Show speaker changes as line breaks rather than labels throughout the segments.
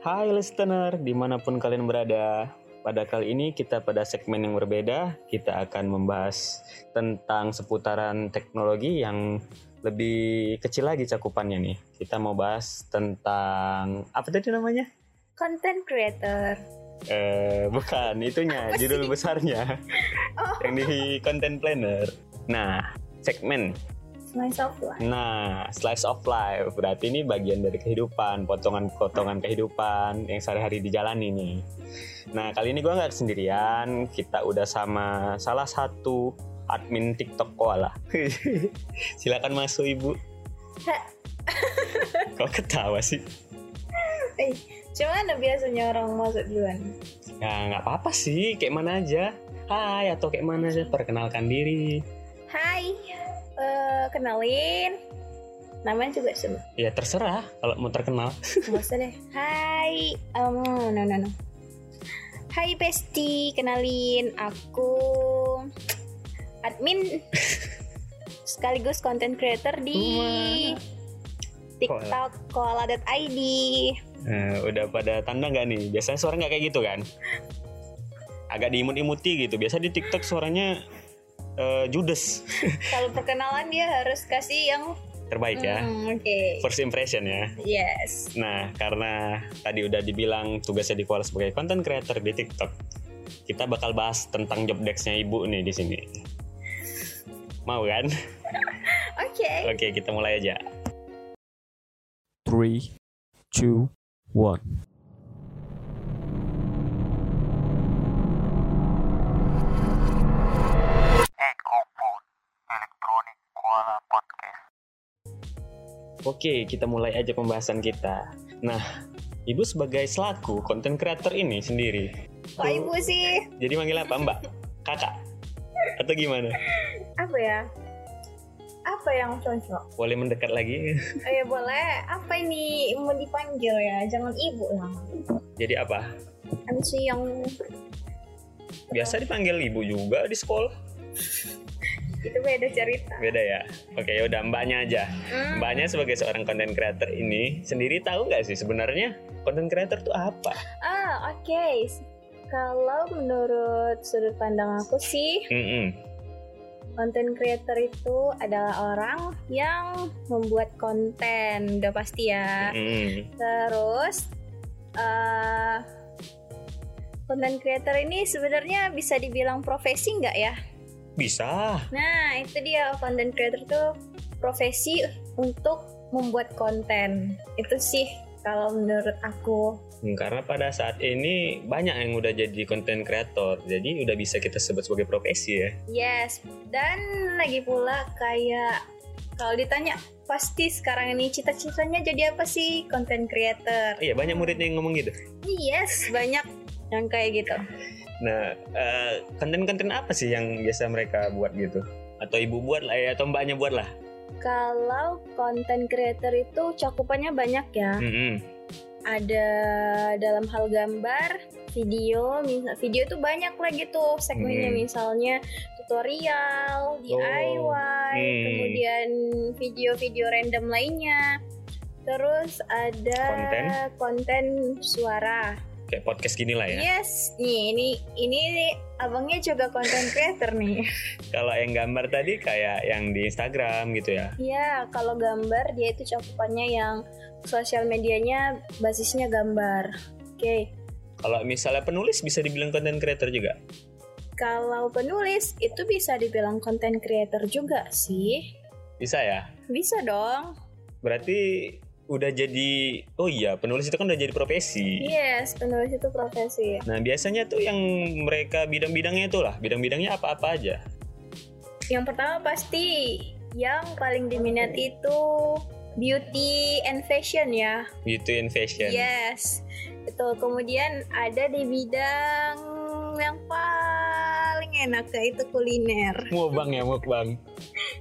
Hai listener, dimanapun kalian berada. Pada kali ini kita pada segmen yang berbeda, kita akan membahas tentang seputaran teknologi yang lebih kecil lagi cakupannya nih. Kita mau bahas tentang apa tadi namanya?
Content creator.
Eh, bukan itunya,
Apa sih?
judul besarnya
Oh.
yang di content planner. Nah, segmen
Slice of life.
Nah, slice of life berarti ini bagian dari kehidupan, potongan-potongan kehidupan yang sehari-hari dijalani nih. Nah, kali ini gue nggak sendirian, kita udah sama salah satu admin TikTok Koala. Silakan masuk ibu. Kok ketawa sih?
Cuman biasanya orang masuk duluan.
Nah, nggak apa-apa sih, kayak mana aja. Hai, atau kayak mana aja, perkenalkan diri.
Hai, eh, kenalin. Namanya juga sebut.
Ya terserah, kalau mau terkenal.
Gak usah deh. Hai, um, no no no. Hai Besti, kenalin aku admin sekaligus content creator di TikTok koala.id.
Nah, udah pada tanda nggak nih? Biasanya suara nggak kayak gitu kan? Agak diimut-imuti gitu. Biasa di TikTok suaranya eh, judes.
Kalau perkenalan dia harus kasih yang
Terbaik ya.
Hmm, Oke.
First impression ya.
Yes.
Nah, karena tadi udah dibilang tugasnya di Kuala sebagai content creator di TikTok. Kita bakal bahas tentang job desk-nya ibu nih di sini. Mau kan?
Oke.
Oke, kita mulai aja.
three, two, one.
Oke, kita mulai aja pembahasan kita. Nah, ibu sebagai selaku content creator ini sendiri,
Kok ibu sih?
Jadi manggil apa mbak? Kakak? Atau gimana?
Apa ya? Apa yang cocok?
Boleh mendekat lagi?
Oh ya boleh. Apa ini mau dipanggil ya? Jangan ibu lah.
Jadi apa?
MC yang
Biasa dipanggil ibu juga di sekolah?
itu beda cerita.
Beda ya? Oke yaudah mbaknya aja
Hmm.
Mbaknya sebagai seorang content creator ini Sendiri tahu nggak sih sebenarnya Content creator tuh apa?
Ah oke. Kalau menurut sudut pandang aku sih,
Mm-mm.
content creator itu adalah orang yang membuat konten, udah pasti ya.
Hmm. Mm-mm.
Terus eh content creator ini sebenarnya bisa dibilang profesi nggak ya?
Bisa
Nah itu dia content creator tuh profesi untuk membuat konten. Itu sih kalau menurut aku.
Hmm, Karena pada saat ini banyak yang udah jadi content creator Jadi udah bisa kita sebut sebagai profesi ya
Yes. Dan lagi pula kayak kalau ditanya pasti sekarang ini cita-citanya jadi apa sih content creator?
Iya banyak muridnya yang ngomong gitu
Yes banyak yang kayak gitu.
Nah, eh, konten-konten apa sih yang biasa mereka buat gitu? Atau ibu buat lah ya, atau mbaknya buat lah.
Kalau content creator itu cakupannya banyak ya.
Mm-mm.
Ada dalam hal gambar, video, misal video tuh banyak lagi tuh segmennya
Hmm. Oh,
misalnya tutorial, DIY,
Hmm.
kemudian video-video random lainnya. Terus ada
Konten?
konten suara.
Kayak podcast gini lah
Iya.
ya.
Yes, nih ini ini abangnya juga content creator nih.
Kalau yang gambar tadi kayak yang di Instagram gitu ya.
Iya, kalau gambar dia itu cakupannya yang sosial medianya basisnya gambar. Oke,
Kalau misalnya penulis bisa dibilang content creator juga.
kalau penulis itu bisa dibilang content creator juga sih.
Bisa ya?
Bisa dong.
Berarti udah jadi oh iya, penulis itu kan udah jadi profesi.
Yes, penulis itu profesi.
Nah, biasanya tuh yang mereka bidang-bidangnya itu lah, bidang-bidangnya apa-apa aja.
Yang pertama pasti yang paling diminati itu beauty and fashion ya.
Gitu in fashion.
Iya. Yes. Itu kemudian ada di bidang yang paling enak yaitu kuliner.
Mukbang ya, mukbang.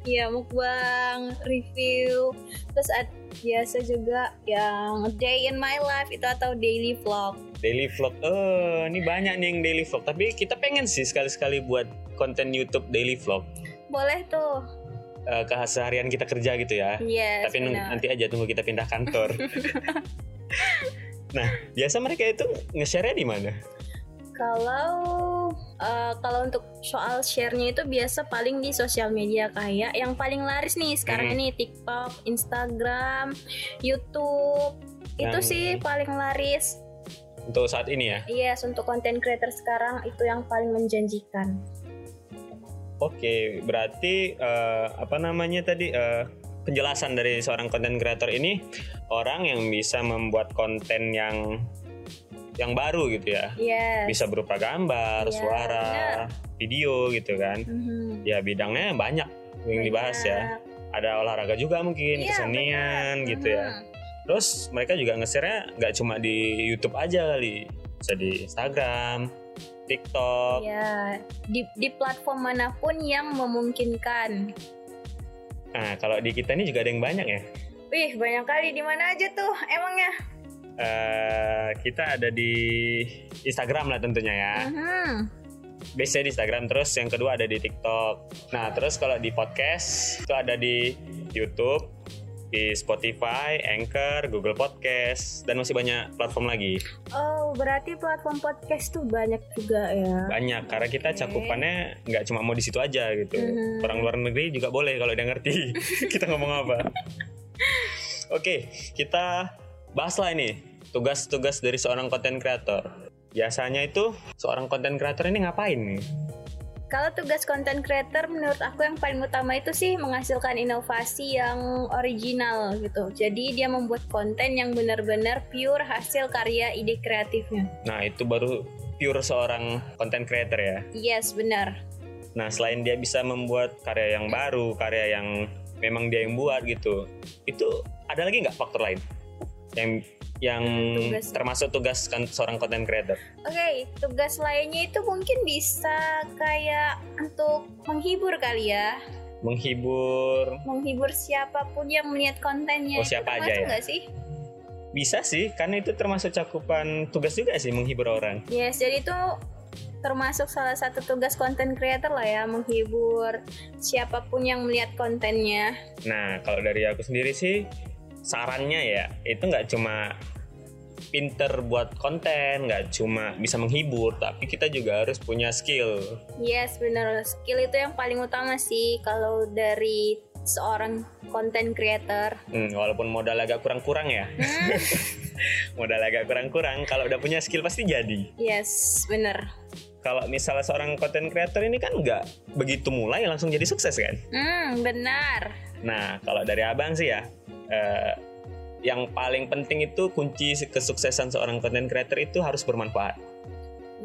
ya mukbang review terus ada biasa juga yang day in my life itu atau daily vlog
Daily vlog, eh ini banyak nih yang daily vlog. Tapi kita pengen sih sekali-sekali buat konten YouTube daily vlog
boleh tuh
Eh keseharian kita kerja gitu ya.
yes
Tapi nung-
Iya, benar.
nanti aja tunggu kita pindah kantor. Nah, Biasa mereka itu nge-share di mana?
Kalau eh, kalau untuk soal share-nya itu biasa paling di sosial media kayak yang paling laris nih sekarang
Hmm.
ini TikTok, Instagram, YouTube. Itu
Yang-
sih paling laris.
Untuk saat ini ya.
Yes, untuk konten creator sekarang itu yang paling menjanjikan.
Oke, berarti eh, apa namanya tadi eh, penjelasan dari seorang konten creator ini orang yang bisa membuat konten yang yang baru gitu ya.
Yes.
Bisa berupa gambar,
Iya,
suara, video gitu kan.
Mhm.
Ya bidangnya banyak yang dibahas ya. ada olahraga juga mungkin
Iya,
kesenian
benar.
gitu ya
Mhm.
terus mereka juga nge-share-nya nggak cuma di YouTube aja kali bisa di Instagram TikTok
Ya, di di platform manapun yang memungkinkan.
nah kalau di kita ini juga ada yang banyak ya
Wih, banyak kali di mana aja tuh emangnya?
Eh, kita ada di Instagram lah tentunya ya
Mhm.
biasanya di Instagram terus yang kedua ada di TikTok nah terus kalau di podcast itu ada di YouTube di Spotify, Anchor, Google Podcast, dan masih banyak platform lagi.
Oh, berarti platform podcast tuh banyak juga ya.
banyak karena kita
Oke.
cakupannya nggak cuma mau di situ aja gitu
Mhm.
orang luar negeri juga boleh kalau dia ngerti kita ngomong apa oke kita bahaslah ini tugas-tugas dari seorang content creator biasanya itu seorang content creator ini ngapain nih
Kalau tugas content creator menurut aku yang paling utama itu sih menghasilkan inovasi yang original gitu. Jadi dia membuat konten yang benar-benar pure hasil karya ide kreatifnya.
nah itu baru pure seorang content creator ya
Yes, benar.
nah selain dia bisa membuat karya yang baru karya yang memang dia yang buat gitu itu ada lagi nggak faktor lain yang yang
Tugas.
termasuk tugas kan seorang content creator
Oke, tugas lainnya itu mungkin bisa kayak untuk menghibur kali ya.
menghibur
Menghibur siapapun yang melihat
Oh,
kontennya.
siapa aja
Itu termasuk
ya?
nggak sih?
bisa sih karena itu termasuk cakupan tugas juga sih menghibur orang
Yes, jadi itu termasuk salah satu tugas konten creator lah ya menghibur siapapun yang melihat kontennya.
nah kalau dari aku sendiri sih sarannya ya itu nggak cuma pinter buat konten nggak cuma bisa menghibur tapi kita juga harus punya skill
Yes, benar. Skill itu yang paling utama sih kalau dari seorang konten creator.
Hmm, walaupun modal agak kurang-kurang ya
Hmm,
modal agak kurang-kurang kalau udah punya skill pasti jadi
yes, benar.
kalau misalnya seorang content creator ini kan nggak begitu mulai langsung jadi sukses kan
Hmm, benar.
Nah, kalau dari abang sih ya, eh, yang paling penting itu kunci kesuksesan seorang content creator itu harus bermanfaat.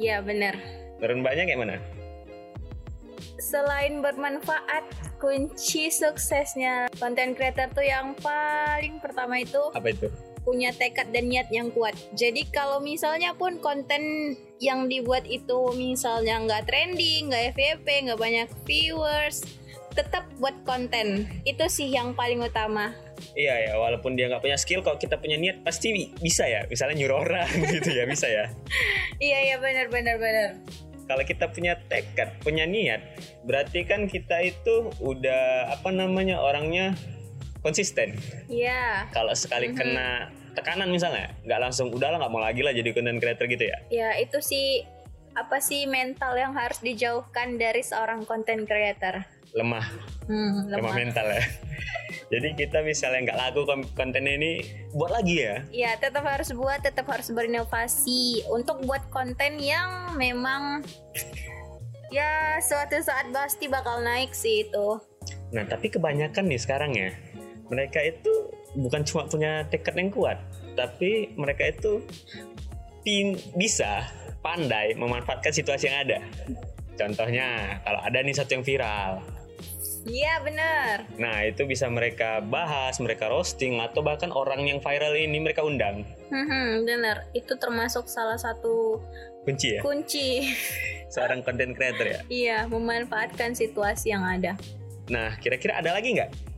Ya, benar.
Menurut mbaknya kayak mana?
Selain bermanfaat, kunci suksesnya konten creator tuh yang paling pertama itu
Apa itu?
punya tekad dan niat yang kuat. Jadi kalau misalnya pun konten yang dibuat itu misalnya nggak trending, nggak FYP, nggak banyak viewers, tetap buat konten. Itu sih yang paling utama.
Iya ya, walaupun dia nggak punya skill, kalau kita punya niat pasti bi- bisa ya. Misalnya nyuruh orang gitu ya, bisa ya.
Iya iya benar benar benar.
Kalau kita punya tekad, punya niat, berarti kan kita itu udah apa namanya orangnya konsisten.
Iya.
Kalau sekali
Mhm.
kena tekanan misalnya, nggak langsung udahlah nggak mau lagi lah jadi content creator gitu ya.
Ya itu sih apa sih mental yang harus dijauhkan dari seorang content creator?
Lemah
Hmm,
lemah
lemah.
mental ya. Jadi kita misalnya nggak laku kon- kontennya ini buat lagi ya.
Ya, tetap harus buat, tetap harus berinovasi untuk buat konten yang memang ya suatu saat pasti bakal naik sih itu.
Nah tapi kebanyakan nih sekarang ya mereka itu bukan cuma punya tekad yang kuat, tapi mereka itu pin bisa pandai memanfaatkan situasi yang ada. Contohnya kalau ada nih satu yang viral,
Iya, bener.
nah itu bisa mereka bahas, mereka roasting atau bahkan orang yang viral ini mereka undang.
Hmm, bener. Itu termasuk salah satu
Kunci ya,
kunci.
seorang content creator ya.
Iya, memanfaatkan situasi yang ada.
Nah, kira-kira ada lagi nggak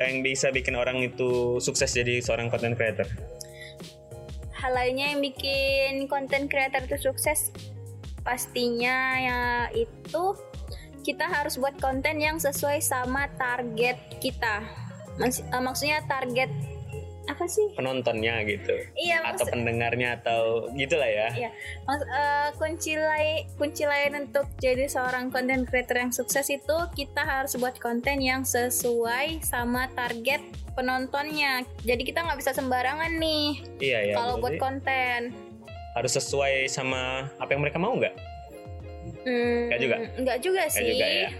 yang bisa bikin orang itu sukses jadi seorang content creator?
Hal lainnya yang bikin konten creator itu sukses pastinya ya itu kita harus buat konten yang sesuai sama target kita. Maks- eh, maksudnya target apa apa sih?
penontonnya gitu
Iya,
atau
maksud,
pendengarnya atau gitulah ya
maksud- eh, kunci lai- kunci lain untuk jadi seorang content creator yang sukses itu kita harus buat konten yang sesuai sama target penontonnya. Jadi kita nggak bisa sembarangan nih
iya ya
kalau
berarti
buat konten.
harus sesuai sama apa yang mereka mau nggak
Hmm,
Nggak juga?
nggak juga
Nggak
sih.
juga ya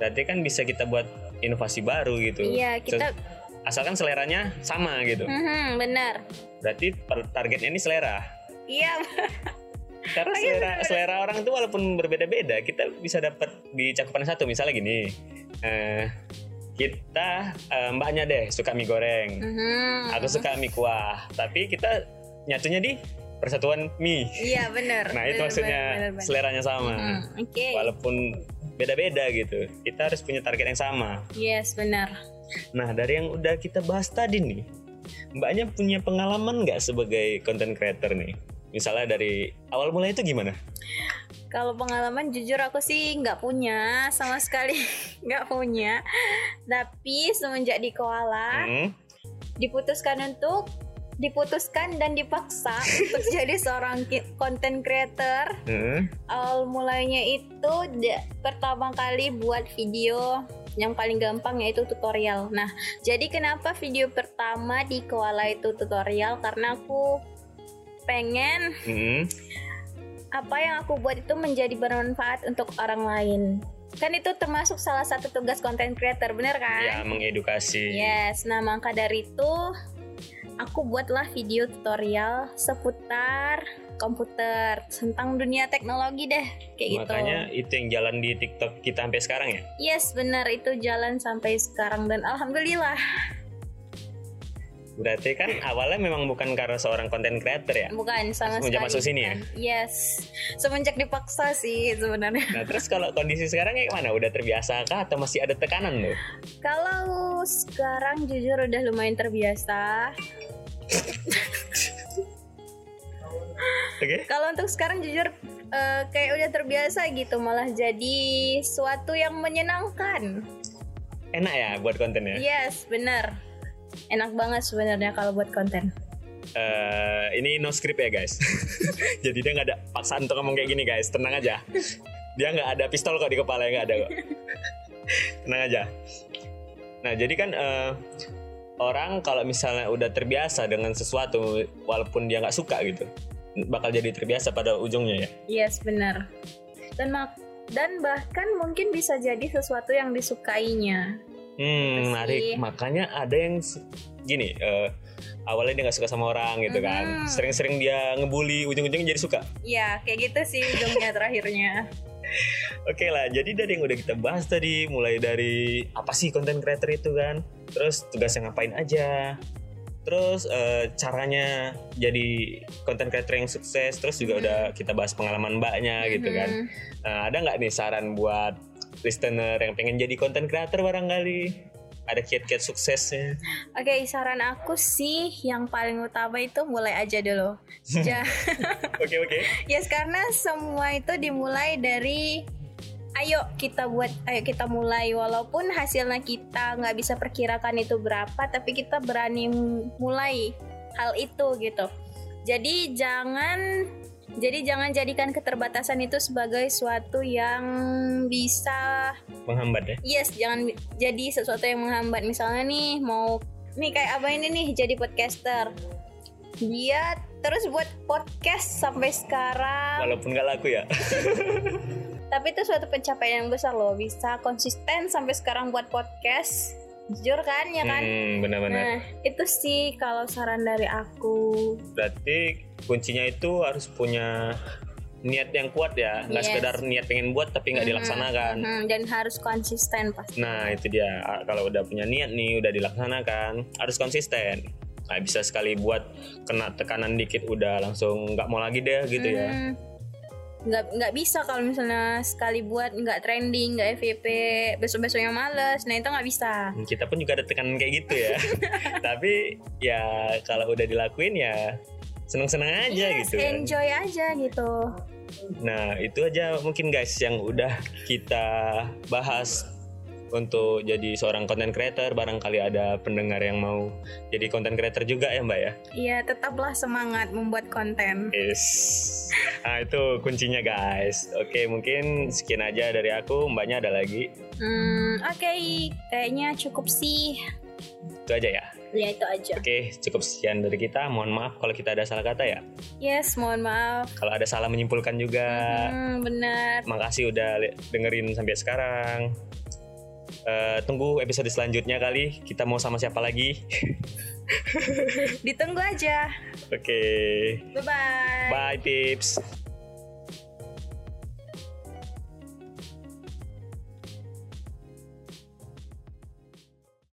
berarti kan bisa kita buat inovasi baru gitu
Iya, kita
asalkan seleranya sama gitu
Mhm, benar.
berarti per- targetnya ini selera
Iya,
karena
Oke,
selera
bener-bener.
selera orang itu walaupun berbeda-beda kita bisa dapat di cakupan satu misalnya gini eh, kita eh, mbaknya deh suka mie goreng
Mhm.
aku suka mie kuah tapi kita nyatunya di persatuan mie
Iya, benar.
nah itu
Benar,
maksudnya
benar, benar, benar.
seleranya sama
Mhm, Oke.
walaupun beda-beda gitu kita harus punya target yang sama
Yes, benar.
nah dari yang udah kita bahas tadi nih mbaknya punya pengalaman nggak sebagai content creator nih misalnya dari awal mulai itu gimana
Kalau pengalaman jujur aku sih nggak punya sama sekali nggak punya. Tapi semenjak di koala
Hmm,
diputuskan untuk diputuskan dan dipaksa untuk jadi seorang ki- content creator.
hmm,
Awal mulainya itu da- pertama kali buat video yang paling gampang yaitu tutorial. Nah, jadi kenapa video pertama di koala itu tutorial? Karena aku pengen
hmm.
apa yang aku buat itu menjadi bermanfaat untuk orang lain. Kan itu termasuk salah satu tugas content creator, bener
ya
kan?
mengedukasi
Yes, nah maka dari itu aku buatlah video tutorial seputar komputer, tentang dunia teknologi deh, kayak gitu.
makanya itu yang jalan di TikTok kita sampai sekarang ya
Yes, bener itu jalan sampai sekarang dan alhamdulillah.
berarti kan
Iya.
awalnya memang bukan karena seorang content creator ya
Bukan sama
Semenjak
sekali.
masuk sini ya?
bukan. Yes. Semenjak dipaksa sih sebenarnya.
Nah terus kalau kondisi sekarang kayak mana? Udah terbiasa kah atau masih ada tekanan loh?
Kalau sekarang jujur udah lumayan terbiasa.
Oke?
Kalau untuk sekarang jujur eh, kayak udah terbiasa gitu malah jadi suatu yang menyenangkan.
Enak ya buat kontennya?
Yes, bener. Enak banget sebenarnya kalau buat konten.
Eh, ini no script ya guys. Jadi dia nggak ada paksaan untuk ngomong kayak gini guys. Tenang aja. Dia nggak ada pistol kok di kepala nggak ada kok. Tenang aja. Nah jadi kan eh, orang kalau misalnya udah terbiasa dengan sesuatu walaupun dia nggak suka gitu bakal jadi terbiasa pada ujungnya ya.
Yes, bener. Dan mak- dan bahkan mungkin bisa jadi sesuatu yang disukainya.
Hmm, menarik.
Pasti.
Makanya ada yang se- gini, eh, awalnya dia nggak suka sama orang gitu kan.
Mhm.
Sering-sering dia ngebully, ujung-ujungnya jadi suka.
Ya, kayak gitu sih ujungnya terakhirnya.
Oke lah, jadi dari yang udah kita bahas tadi, mulai dari apa sih konten creator itu kan, terus tugasnya ngapain aja, terus eh, caranya jadi konten creator yang sukses, terus juga
Mhm.
udah kita bahas pengalaman mbaknya gitu kan.
Mhm.
Nah, ada nggak nih saran buat listener yang pengen jadi konten creator barangkali? Ada kiat-kiat suksesnya?
Oke, saran aku sih yang paling utama itu mulai aja dulu. Ja-
Oke oke.
Yes, karena semua itu dimulai dari ayo kita buat, ayo kita mulai walaupun hasilnya kita nggak bisa perkirakan itu berapa, tapi kita berani m- mulai hal itu gitu. Jadi jangan jadi jangan jadikan keterbatasan itu sebagai suatu yang bisa
Menghambat ya.
yes jangan jadi sesuatu yang menghambat misalnya nih mau nih kayak abang ini nih jadi podcaster dia terus buat podcast sampai sekarang
walaupun nggak laku ya
tapi itu suatu pencapaian yang besar loh bisa konsisten sampai sekarang buat podcast jujur kan ya kan
hmm, benar-benar
nah itu sih kalau saran dari aku
berarti kuncinya itu harus punya niat yang kuat ya nggak
Yes.
sekedar niat pengen buat tapi nggak
Mhm,
dilaksanakan
mhm, dan harus konsisten pasti
nah itu dia A- kalau udah punya niat nih udah dilaksanakan harus konsisten nggak bisa sekali buat kena tekanan dikit udah langsung nggak mau lagi deh gitu ya
Mhm. nggak nggak bisa kalau misalnya sekali buat nggak trending nggak FYP besok besoknya males nah itu nggak bisa
Hmm, kita pun juga ada tekanan kayak gitu ya tapi ya kalau udah dilakuin ya seneng-seneng aja
Yes,
gitu ya.
enjoy aja gitu
Nah, itu aja mungkin guys yang udah kita bahas untuk jadi seorang content creator barangkali ada pendengar yang mau jadi content creator juga ya mbak ya
Iya, tetaplah semangat membuat konten.
Yes. Nah, itu kuncinya guys. Oke, mungkin sekian aja dari aku. Mbaknya ada lagi.
Hmm, oke, kayaknya cukup sih.
Itu aja ya.
Ya itu aja.
Oke, cukup sekian dari kita. Mohon maaf kalau kita ada salah kata ya.
Yes, mohon maaf.
Kalau ada salah menyimpulkan juga.
Hmm, benar.
Makasih udah li- dengerin sampai sekarang. Eh, tunggu episode selanjutnya kali. Kita mau sama siapa lagi?
Ditunggu aja.
Oke.
Bye-bye.
Bye tips.